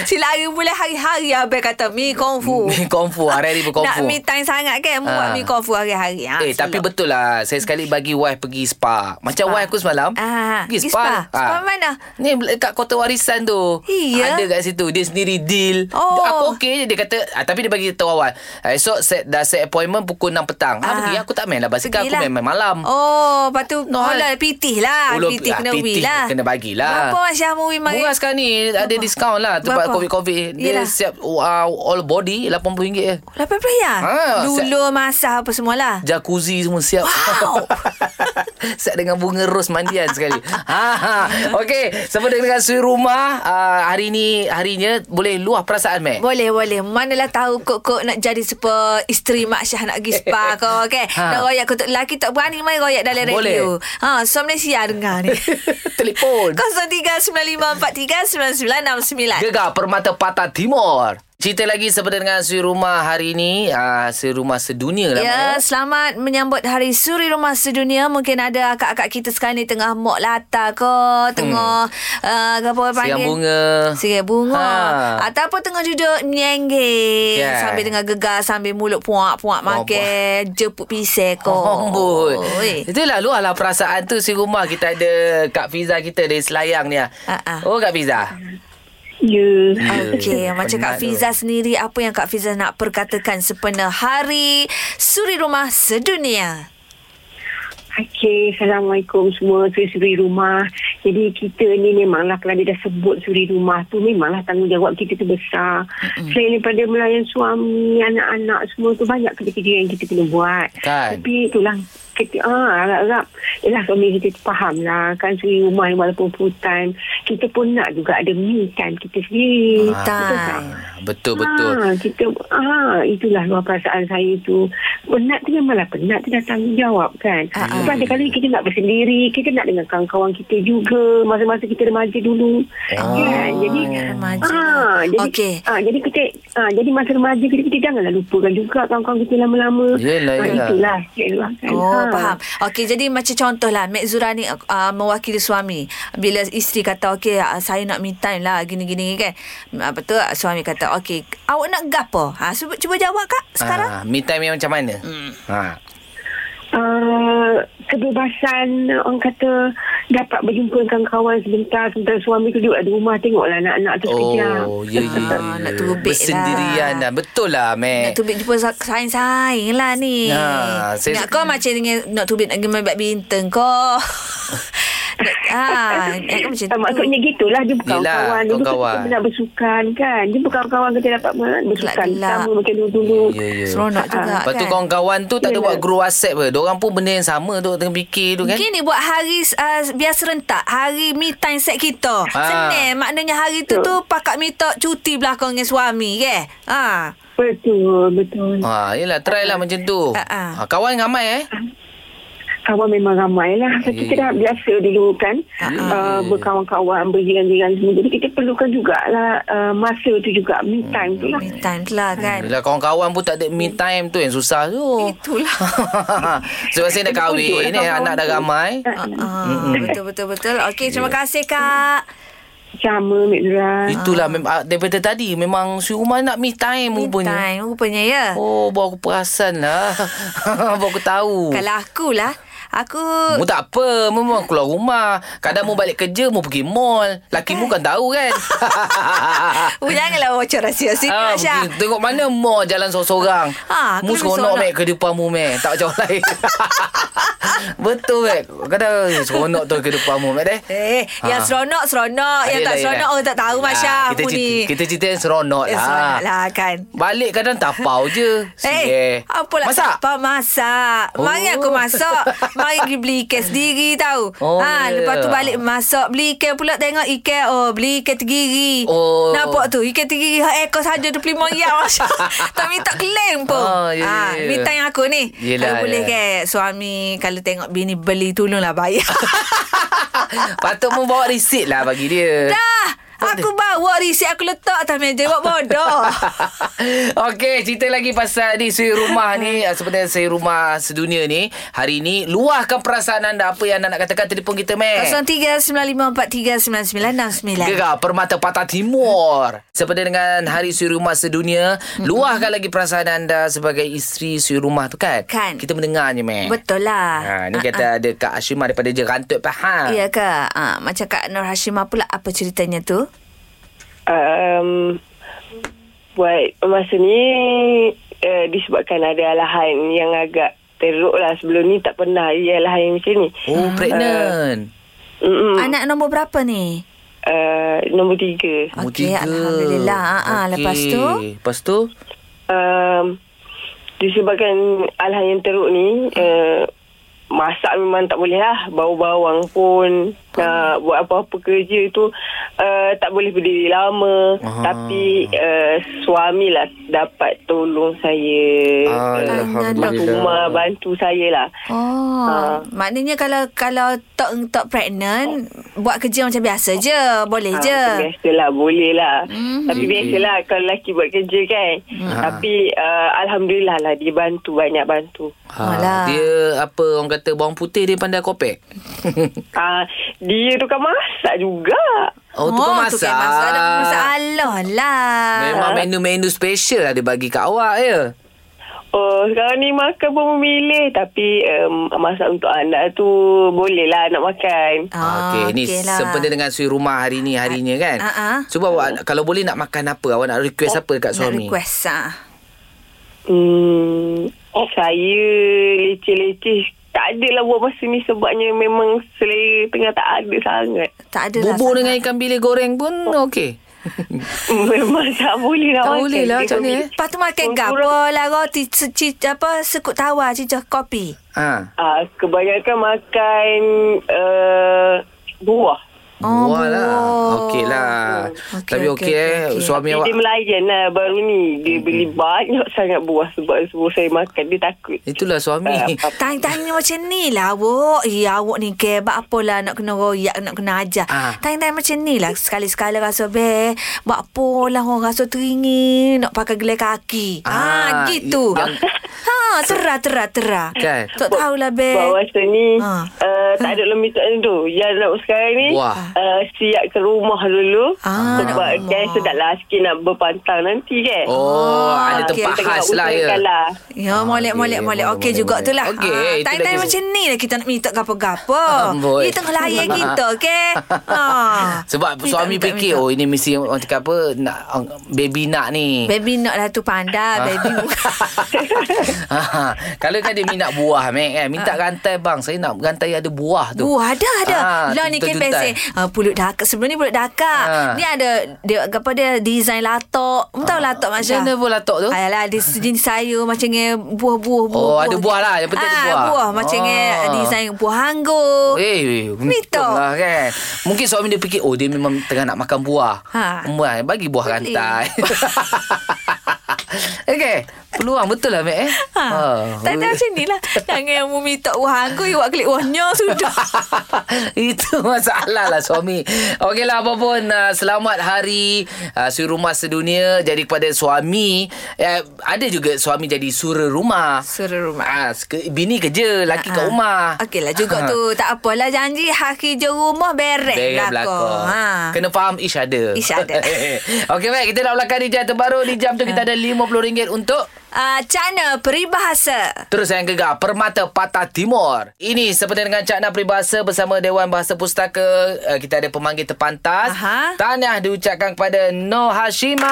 A: Sila hari mulai hari-hari Abang kata Mi kung fu
B: Me kung fu Hari-hari berkung
A: Nak
B: fu
A: mi time sangat kan Buat
B: Ah.
A: mi kung fu hari-hari ha,
B: Eh tapi betul lah Saya sekali bagi wife pergi spa Macam
A: Spa.
B: wife aku semalam
A: Ah, pergi
B: Pergi
A: spa.
B: spa
A: Spa mana?
B: Ni dekat kota warisan tu
A: Iya.
B: Ada kat situ Dia sendiri deal
A: Oh.
B: Aku okey je Dia kata ah, Tapi dia bagi tahu awal ah, Esok set, dah set appointment Pukul 6 petang ah,
A: Ah.
B: pergi Aku tak main lah basikal Aku
A: Pergilah.
B: main, main malam
A: Oh, lepas tu no,
B: No,
A: Olah
B: hal.
A: pitih lah
B: Ulo-
A: Pitih
B: ah,
A: kena
B: pitih
A: wi lah
B: kena bagilah.
A: Berapa Masya Amuri Mari
B: Murah sekarang ni Ada
A: Berapa?
B: diskaun lah Tempat
A: Berapa?
B: COVID-COVID Dia
A: Yelah.
B: siap uh, All body RM80 je
A: RM18 ya?
B: Ha,
A: Dulu masa apa semua lah
B: Jacuzzi semua siap
A: Wow.
B: Siap dengan bunga ros mandian sekali ha, ha. Okey Sama dengan suri rumah uh, Hari ni Harinya Boleh luah perasaan Mac
A: boleh, boleh. Manalah tahu kok-kok nak jadi super isteri Mak Syah nak pergi spa ke, okey?
B: Ha.
A: Nak royak kutuk lelaki tak berani main royak dalam
B: Boleh.
A: radio. Ha, so Malaysia dengar ni.
B: Telefon
A: 0395439969.
B: Gegar Permata Patah Timur Cerita lagi Sama dengan suri rumah hari ni uh, Suri rumah sedunia lah Mac.
A: Ya, selamat menyambut Hari Suri Rumah Sedunia. Mungkin ada akak-akak kita sekarang ni tengah mok lata ke, tengah hmm. uh, apa orang panggil?
B: Siang bunga
A: Sirai bunga ha.
B: Ah. Ha.
A: Ataupun tengah duduk Menyenggil yeah.
B: Yeah.
A: Sambil tengah gegar Sambil mulut
B: Oh,
A: puak-puak Makan Jeput pisang kau
B: Amboi.
A: Oi.
B: Itulah luar lah perasaan tu si rumah kita ada Kak Fiza kita dari Selayang ni. ah.
A: Ah, ah.
B: Oh Kak Fiza.
F: Ya.
A: Okey, macam Kak
B: Penat tu.
A: Fiza sendiri apa yang Kak Fiza nak perkatakan sempena hari suri rumah sedunia?
G: Okey, Assalamualaikum semua suri-suri rumah. Jadi kita ni memanglah kalau dia dah sebut suri rumah tu memanglah tanggungjawab kita tu besar. Mm-hmm. Selain daripada melayan suami, anak-anak semua tu banyak kerja-kerja yang kita kena buat.
B: Kan.
G: Tapi itulah kita ah harap-harap ialah suami kita tu faham lah kan suri rumah ni walaupun full time kita pun nak juga ada me time kita sendiri.
A: Ah. Time.
G: Betul
B: Betul
G: tak?
B: betul.
A: Ah,
G: Ha, kita ha, itulah luar perasaan saya tu. Penat tu memanglah penat tu dah tanggungjawab kan.
A: Ah, ah.
G: Sebab ada kali kita nak bersendiri, kita nak dengan kawan-kawan kita juga masa-masa kita remaja dulu.
B: Ah.
G: Kan? Jadi
A: remaja.
G: Ah, jadi,
A: Okey.
G: ah, jadi kita ah, jadi masa remaja kita, kita janganlah lupakan juga kawan-kawan kita lama-lama.
B: Yelah,
G: Ah,
B: yelah.
G: itulah. Yelah,
F: Ya.
G: kan?
A: Oh,
G: Ah.
A: faham. Okey, jadi macam contohlah Mek Zura ni uh, mewakili suami. Bila isteri kata, okey, uh, saya nak me time lah, gini-gini kan. Apa tu, uh, suami kata, okey, awak nak gapo? Ha, cuba, cuba jawab Kak sekarang.
B: Ah, me time yang macam mana? Hmm. Ha.
G: uh, kebebasan orang kata dapat berjumpa dengan kawan sebentar sementara suami tu duduk di rumah tengoklah anak-anak tu sekejap.
B: Oh, ya
A: Ah,
B: ya. ya.
A: nak terubik
B: Bersendirian
A: lah.
B: lah. Betul lah,
A: Nak
B: Mac.
A: tubik jumpa sa- saing-saing lah ni.
B: Ya,
A: Ya,
B: saya-
A: nak kau macam dengan nak tubik nak pergi main badminton kau. Ah, eh, macam
G: Ah,
A: tu.
G: Maksudnya gitulah Dia bukan
B: Yelah,
G: kawan Dia bukan
B: kawan-kawan.
G: kita nak bersukan kan Dia bukan kawan kita dapat ber- bersukan
A: Gelak-gelak.
G: Sama macam dulu-dulu
B: Ya, ya.
A: Seronok juga
B: Lepas tu
A: kan?
B: kawan-kawan tu tak ada
G: Yelah.
B: buat group WhatsApp ke. Diorang pun benda yang sama tu tengah fikir tu kan.
A: Mungkin ni buat hari uh, biar serentak. Hari me time set kita.
B: Ah.
A: Senin maknanya hari tu tu pakak me talk cuti belakang dengan suami ke. Ha.
G: Betul Betul
B: Ha, yelah try lah macam tu.
A: Ah, ah.
B: Ha, kawan ramai eh.
G: Kawan memang ramai lah Sebab
B: Ya,
G: Kita
B: ya.
G: dah biasa dulu kan
A: Ah,
G: uh, Berkawan-kawan Berjiran-jiran semua Jadi kita perlukan jugalah uh, Masa tu juga Me time tu lah
A: Me time tu lah kan.
B: Yelah kawan-kawan pun tak ada me time tu yang susah tu.
A: Itulah.
B: Sebab saya dah kahwin
A: lah
B: eh,
G: Betul, kawan-kawan
B: anak dah
G: tu.
B: ramai.
A: Ah, betul betul betul. Okey,
B: Ya.
A: terima kasih Kak.
G: Sama Mek Zura
B: Itulah mem- ah, daripada tadi memang si rumah nak me time
A: Me
B: rupanya.
A: time rupanya ya.
B: Oh, baru aku perasan lah. baru aku tahu.
A: Kalau akulah, aku
B: Mu tak apa Mu keluar rumah Kadang mu balik kerja Mu pergi mall Laki mu kan tahu kan
A: Oh, janganlah bocor rahsia sini
B: Ah,
A: Aisyah.
B: pergi- Tengok mana mall Jalan seorang-seorang
A: Ah,
B: Mu
A: kena
B: seronok
A: seronok.
B: mek Kehidupan mu mek Tak macam orang lain Betul mek Kadang eh, seronok tu Kehidupan mu mek deh
A: Eh, yang
B: Ah. lah,
A: seronok seronok, yang tak
B: Yelah,
A: seronok
B: yelah.
A: orang tak tahu Masya.
B: Ah, kita,
A: Mu
B: cerita,
A: ni.
B: kita cerita yang seronok
A: Eh,
B: lah.
A: seronok lah kan.
B: Balik kadang tapau je.
A: Eh, apa lah
B: Masak?
A: Apa masak.
B: Oh.
A: Mari aku masak. Mari pergi beli ikan sendiri tahu.
B: Oh,
A: ha,
B: ya.
A: lepas tu balik masak beli ikan pula tengok ikan. Oh, beli ikan tergiri.
B: Oh.
A: Nampak tu ikan tergiri hak ekor saja RM25. Masya. tak minta claim pun.
B: Oh, ya,
A: Ah,
B: ya, ya.
A: minta yang aku ni.
B: Yelah,
A: kalau boleh
B: ya.
A: ke suami kalau tengok bini beli tolonglah bayar.
B: Patut mu bawa resit lah bagi dia.
A: Dah. Aku bawa risik aku letak atas meja. Buat bodoh.
B: Okey, cerita lagi pasal ni suri rumah ni. Ah, Sebenarnya suri rumah sedunia ni. Hari ni, luahkan perasaan anda. Apa yang anda nak katakan telefon kita, Mek.
A: 0395439969.
B: Eh. Gegar Permata Patah Timur. Seperti dengan Hari Suri Rumah Sedunia, luahkan lagi perasaan anda sebagai isteri suri rumah tu kan?
A: Kan.
B: Kita mendengarnya, Mek.
A: Betul lah.
B: Ha, ni kata ada Kak Ashima daripada Jerantut Pahang.
A: Ya ke? Ha, macam Kak Nur Hashimah pula apa ceritanya tu?
F: um, buat masa ni uh, disebabkan ada alahan yang agak teruk lah sebelum ni tak pernah ada alahan yang macam ni
B: Oh, pregnant.
F: Mm-mm.
A: Hmm. Anak nombor berapa ni?
F: uh, nombor tiga
B: Umur
A: Okey,
B: tiga.
A: Alhamdulillah. Ha, ha,
B: Okey.
A: lepas tu?
B: Lepas tu?
F: um, disebabkan alahan yang teruk ni uh, masak memang tak boleh lah bau bawang pun nak buat apa-apa kerja tu uh, tak boleh berdiri lama
B: Ah.
F: tapi uh, suamilah dapat tolong saya
A: Ah,
F: uh, bantu rumah bantu saya lah
A: Oh, ha.
F: Ha.
A: maknanya kalau kalau tak tak pregnant, buat kerja macam biasa je, boleh
B: Ha,
F: Ah,
A: je.
F: macam Biasalah boleh lah
B: Hmm.
A: Mhm.
F: Tapi biasalah Kalau lelaki buat kerja kan
B: Ah.
F: Tapi uh, Alhamdulillah lah Dia bantu Banyak bantu
B: Ha,
A: Malah.
B: dia apa orang kata bawang putih dia pandai kopek.
F: uh, Dia tukang masak juga
B: Oh, tukang masak.
A: tukang masak. Ada kan masalah lah.
B: Memang menu-menu special lah dia bagi kat awak ya.
F: Oh sekarang ni makan pun memilih Tapi um, Masak untuk anak tu Boleh lah nak makan
A: Ah,
B: Okey, ni
A: okey
B: sempena dengan suri rumah hari ni harinya kan.
A: Ah, ah. Oh,
B: Cuba awak kalau boleh nak makan apa? Awak nak request apa dekat
A: Nak
B: suami?
A: request ah.
F: hmm, Saya Leceh-leceh Tak adalah buat masa ni Sebabnya memang Selera tengah tak ada sangat
A: Tak ada lah. sangat.
B: Bubur dengan ikan bilis goreng pun okey.
F: Memang tak boleh
B: Tak
F: nak makan
B: boleh lah
F: Dia
B: macam ni,
F: memilih.
B: eh.
A: Lepas tu makan
F: Orang
A: gapo lah roti seci, apa sekut tawar cicah kopi.
B: Ha.
F: Ah, kebanyakan makan uh, buah.
A: Oh,
B: Buah lah.
A: buah.
B: Okey lah.
A: Okey,
B: Tapi
A: okey,
B: okey eh.
A: okey, okey.
B: Suami awak.
F: Dia melayan lah baru ni. Dia beli banyak sangat buah sebab sebelum saya makan dia takut.
B: Itulah suami.
F: Ah, apa-
A: Tanya-tanya macam ni lah awak. Ya awak ni ke buat apalah nak kena royak, nak kena ajar.
B: Ah.
A: Tanya-tanya macam ni lah. Sekali-sekala rasa be, buat apalah orang rasa teringin nak pakai gelai kaki.
B: Ah,
A: Ah, gitu.
B: yang-
A: ha, terah, terah, terah.
B: Kan?
A: Tak tahulah be.
F: Bawa masa ni eh,
A: Ah.
F: uh, tak ada lebih tak ada tu. Yang nak sekarang ni
B: Buah.
F: uh, siap ke rumah dulu.
A: Ah. Ah, nak-
H: Sebab kan sedaplah sikit nak berpantang nanti kan.
B: Oh,
A: Ah,
B: ada
A: okey.
B: tempat
H: Kita
B: khas
H: tengah
B: lah ya.
H: usahakan lah.
A: Ya, molek, molek, molek. Okey
B: molek,
A: juga
B: molek.
A: tu lah.
B: Okey, itu dah
A: Time-time
B: kisah.
A: macam ni lah kita nak minta gapa-gapa.
B: Amboi.
A: Ni tengah layan kita, okey? Ha.
B: Sebab
A: Minta,
B: suami
A: minta,
B: fikir
A: minta.
B: Oh ini mesti orang cakap apa nak, Baby nak ni
A: Baby nak lah tu
B: Ah.
A: pandai, baby bukan.
B: ha, kalau kan dia minat buah mek kan minta rantai bang saya nak rantai ada buah tu
A: Wah, Ha. ada ada.
B: Ah,
A: lah ni kan
B: tuntutan.
A: pesen. Uh, pulut dakak. Sebelum ni pulut
B: Ah.
A: dakak. Ni ada dia apa dia design latok. Mu tahu latok
B: macam
A: macam
B: mana pun latok tu
A: Ayolah dia sejenis sayur macam ni buah-buah buah.
B: Oh, ada buah lah. Yang penting ada buah.
A: buah macam ni
B: Ah.
A: design buah anggur.
B: Eh,
A: Mitok.
B: untung lah kan. Mungkin suami dia fikir, oh dia memang tengah nak makan buah.
A: Ha.
B: Muai, bagi buah
A: Boleh.
B: rantai. Okey, peluang betul lah, Mek. Eh?
A: Ha. Tak ada macam ni lah. Jangan yang mu minta wah anggur, awak klik wahnya sudah.
B: Itu masalah lah suami Okeylah apa pun uh, Selamat hari uh, Suri rumah sedunia Jadi kepada suami uh, Ada juga suami jadi suri rumah
A: Suruh rumah.
B: Ah, ke, bini kerja Laki kat
A: Ha-ha.
B: rumah Ha.
A: Okeylah ah. lah, juga tu. Tak apalah janji hak kerja rumah beres
B: Beres belakang.
A: Ha.
B: Kena faham ish ada.
A: Ish ada. Ha.
B: Okey baik, kita nak belakang di jam terbaru. Di jam tu kita ada RM50 untuk
A: Uh, Cana peribahasa.
B: Terus yang gegar Permata Patah Timur Ini seperti dengan Cakna Peribahasa Bersama Dewan Bahasa Pustaka Eh, Kita ada pemanggil terpantas
A: Aha.
B: Tahniah diucapkan kepada No Hashima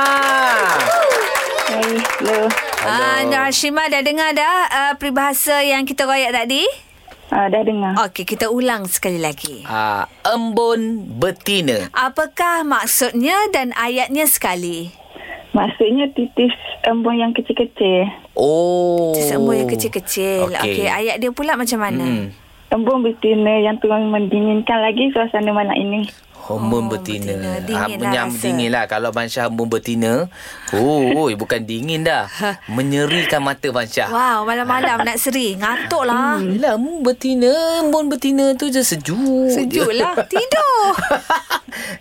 G: Hello.
A: Ah, Nur Hashimah dah dengar dah uh, peribahasa yang kita royak tadi?
G: Ah, dah dengar.
A: Okey, kita ulang sekali lagi.
B: ah, Embun Betina
A: Apakah maksudnya dan ayatnya sekali?
G: Maksudnya titis embun yang kecil-kecil.
B: Oh
A: Semua yang kecil-kecil.
B: Okey.
A: Okey, lah. ayat dia pula macam mana?
B: Hmm.
G: Embun betina yang turun mendinginkan lagi suasana malam ini.
B: Embun
A: Oh,
B: betina.
A: betina. Dingin
B: Ah,
A: lah
B: menyam-
A: rasa.
B: dingin lah. Kalau Bansyah embun betina, oh, bukan dingin dah.
A: Ha.
B: Menyerikan mata Bansyah.
A: Wow, malam-malam nak seri. Ngantuk lah.
B: Yelah, embun betina, embun betina tu je sejuk.
A: Sejuk
B: je.
A: lah. Tidur.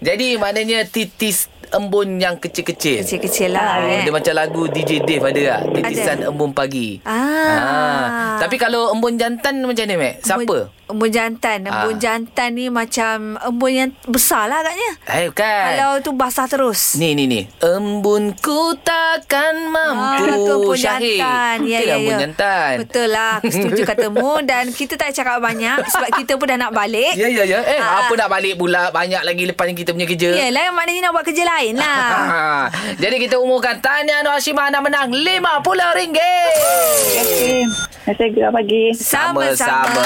B: Jadi maknanya titis embun yang kecil-kecil.
A: Kecil-kecil lah.
B: Oh,
A: eh.
B: dia macam lagu DJ Dave ada tak? Titisan embun pagi.
A: Ah.
B: Tapi kalau embun jantan macam ni, Mek? Siapa?
A: Embun- Embun jantan. Embun
B: Ah.
A: jantan ni macam embun yang besar lah agaknya.
B: Eh, bukan.
A: Kalau tu basah terus.
B: Ni ni ni Embun ku takkan mampu
A: Ah, tu embun
B: Syahir.
A: jantan. Ya,
B: Betul lah
A: ya,
B: embun
A: ya.
B: jantan
A: Betul lah. Aku setuju katamu. Dan kita tak cakap banyak sebab kita pun dah nak balik.
B: Ya ya ya Eh
A: Ah, Ya,
B: apa
A: ah.
B: nak balik pula Banyak lagi lepas ni kita punya kerja
A: Yelah, maknanya nak buat kerja lain lah.
B: Ah. Jadi kita umumkan Tahniah Nur Hashimah Anda menang RM50
G: Terima kasih. Saya gerak pagi.
A: Sama-sama.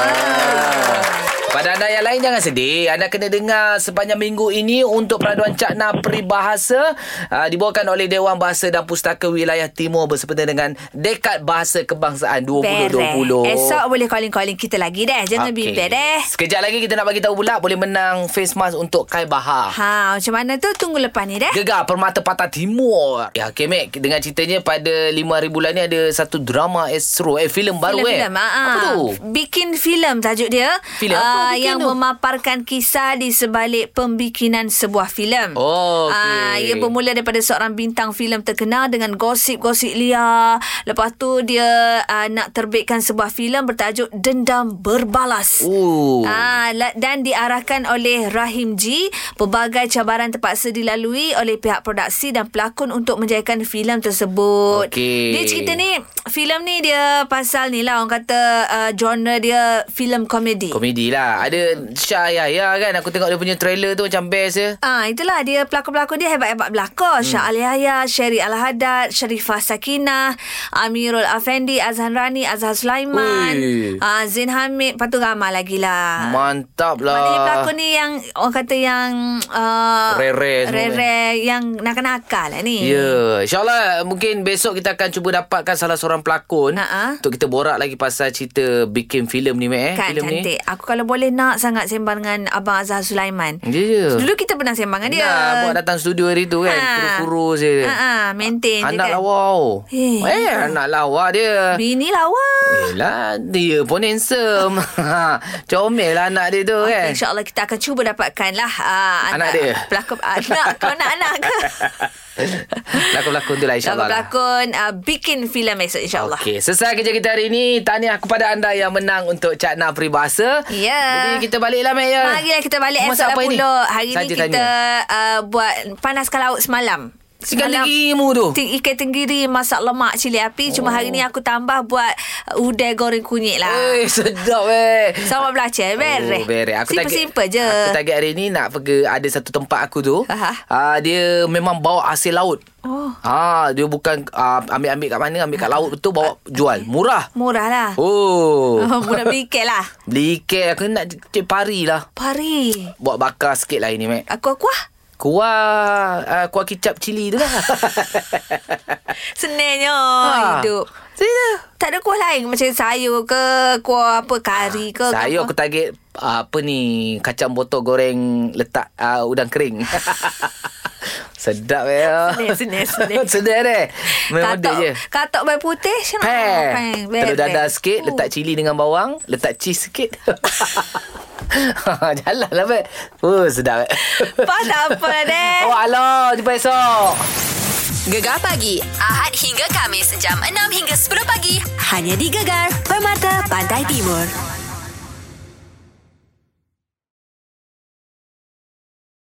B: Pada anda yang lain jangan sedih Anda kena dengar sepanjang minggu ini Untuk peraduan cakna peribahasa uh, Dibawakan oleh Dewan Bahasa dan Pustaka Wilayah Timur Bersempena dengan Dekat Bahasa Kebangsaan 2020
A: Beres. eh. Esok boleh calling-calling kita lagi deh. Jangan
B: Okey.
A: bimbel deh.
B: Sekejap lagi kita nak bagi tahu pula Boleh menang face mask untuk Kai Bahar
A: Ha, macam mana tu tunggu lepas ni deh.
B: Gegar Permata Patah Timur. Ya, okay, Mac. Dengan ceritanya pada 5 bulan ni ada satu drama Astro. Eh, filem baru eh.
A: Filem-filem, ah, ah.
B: Apa tu?
A: Bikin filem tajuk dia.
B: Filem apa
A: ah,
B: bikin
A: yang
B: tu?
A: memaparkan kisah di sebalik pembikinan sebuah filem.
B: Oh, okey.
A: Ah, ia bermula daripada seorang bintang filem terkenal dengan gosip-gosip liar. Lepas tu dia ah, nak terbitkan sebuah filem bertajuk Dendam Berbalas.
B: Oh.
A: Ah, la- dan diarahkan oleh Rahim G. Pelbagai cabaran terpaksa dilalui oleh pihak produksi dan pelakon untuk menjadikan filem tersebut.
B: Okey.
A: Dia cerita ni, filem ni dia pasal ni lah orang kata uh, genre dia filem komedi.
B: Komedi lah. Ada Syah Yahya kan. Aku tengok dia punya trailer tu macam best eh. je.
A: Ah, itulah dia pelakon-pelakon dia hebat-hebat belakon. Hmm. Syah Alihaya, Sherry Al-Haddad, Sharifah Sakinah, Amirul Afendi, Azhan Rani, Azhar Sulaiman,
B: Ui.
A: ah, Zain Hamid, patu ramai lagi lah.
B: Mantap lah.
A: Maknanya pelakon ni yang orang kata yang uh,
B: Rare-rare semua kan.
A: rare yang nakal-nakal lah ni.
B: Ya, yeah. insyaAllah mungkin besok kita akan cuba dapatkan salah seorang pelakon
A: Ha-ha.
B: Untuk kita borak lagi pasal cerita bikin filem ni, Mek. Eh?
A: ah. Kan
B: filem
A: cantik. Aku kalau boleh nak sangat sembang dengan Abang Azhar Sulaiman.
B: ni. Ya, ya.
A: Dulu kita pernah sembang dengan dia.
B: Nah, buat datang studio hari tu kan.
A: Ha.
B: Kurus-kurus je.
A: Ha, ha, maintain
B: Anak
A: je kan.
B: lawa oh.
A: Eh.
B: Eh, anak lawa dia.
A: Bini lawa.
B: Yelah, dia pun handsome. Comel lah anak dia tu kan.
A: Okay, InsyaAllah kita akan cuba dapatkan lah uh,
B: Anak dia?
A: Pelakon anak Kau nak anak ke?
B: Pelakon-pelakon tu lah insyaAllah. lah.
A: Pelakon-pelakon uh, bikin filem esok insyaAllah
B: Okey, selesai kerja kita hari ini. Tahniah kepada anda yang menang untuk Cakna Peribahasa.
A: Ya.
B: Jadi kita baliklah Mek ya.
A: Marilah kita balik
B: Masak
A: esok
B: apa
A: lah
B: ini?
A: pula. Hari ni
B: Saja
A: kita
B: tanya.
A: uh, buat panaskan laut semalam.
B: Ikan tenggirimu tu.
A: Ti- Ikan tenggiri masak lemak cili api. Oh. Cuma hari ni aku tambah buat uh, udai goreng kunyit lah.
B: Oi, sedap weh.
A: Sama belacan. Bereh.
B: Oh, bereh. Aku target-
A: Simple-simple je.
B: Aku target hari ni nak pergi ada satu tempat aku tu.
A: Aha.
B: Uh, dia memang bawa hasil laut.
A: Oh.
B: Ah, dia bukan uh, ambil-ambil kat mana, ambil kat laut betul bawa jual. Murah.
A: Murah lah.
B: Oh.
A: Oh. Murah berikat lah.
B: Beli kek aku nak cik pari lah.
A: Pari.
B: Buat bakar sikit lah ini, Mek.
A: Aku aku lah.
B: Kuah, uh, kuah kicap cili tu lah.
A: Senangnya
B: Ah.
A: Oh, hidup. Tak ada kuah lain macam sayur ke, kuah apa, kari ke. ke
B: Saya
A: apa?
B: aku target uh, apa ni kacang botol goreng letak uh, udang kering. Sedap ya.
A: Sedih, sedih, sedih.
B: Sedap eh. Memang ada
A: katok,
B: je.
A: Katok baik putih. Siapa?
B: Peh. Telur
A: Oh.
B: dadar sikit,
A: Uh,
B: letak cili dengan bawang, letak cheese sikit. Jalan lah, Bet. Oh, sedap, Bet.
A: Pas apa deh.
B: Oh, alah. Jumpa esok.
I: Gegar pagi Ahad hingga Kamis jam 6 hingga 10 pagi hanya di Gegar Permata Pantai Timur.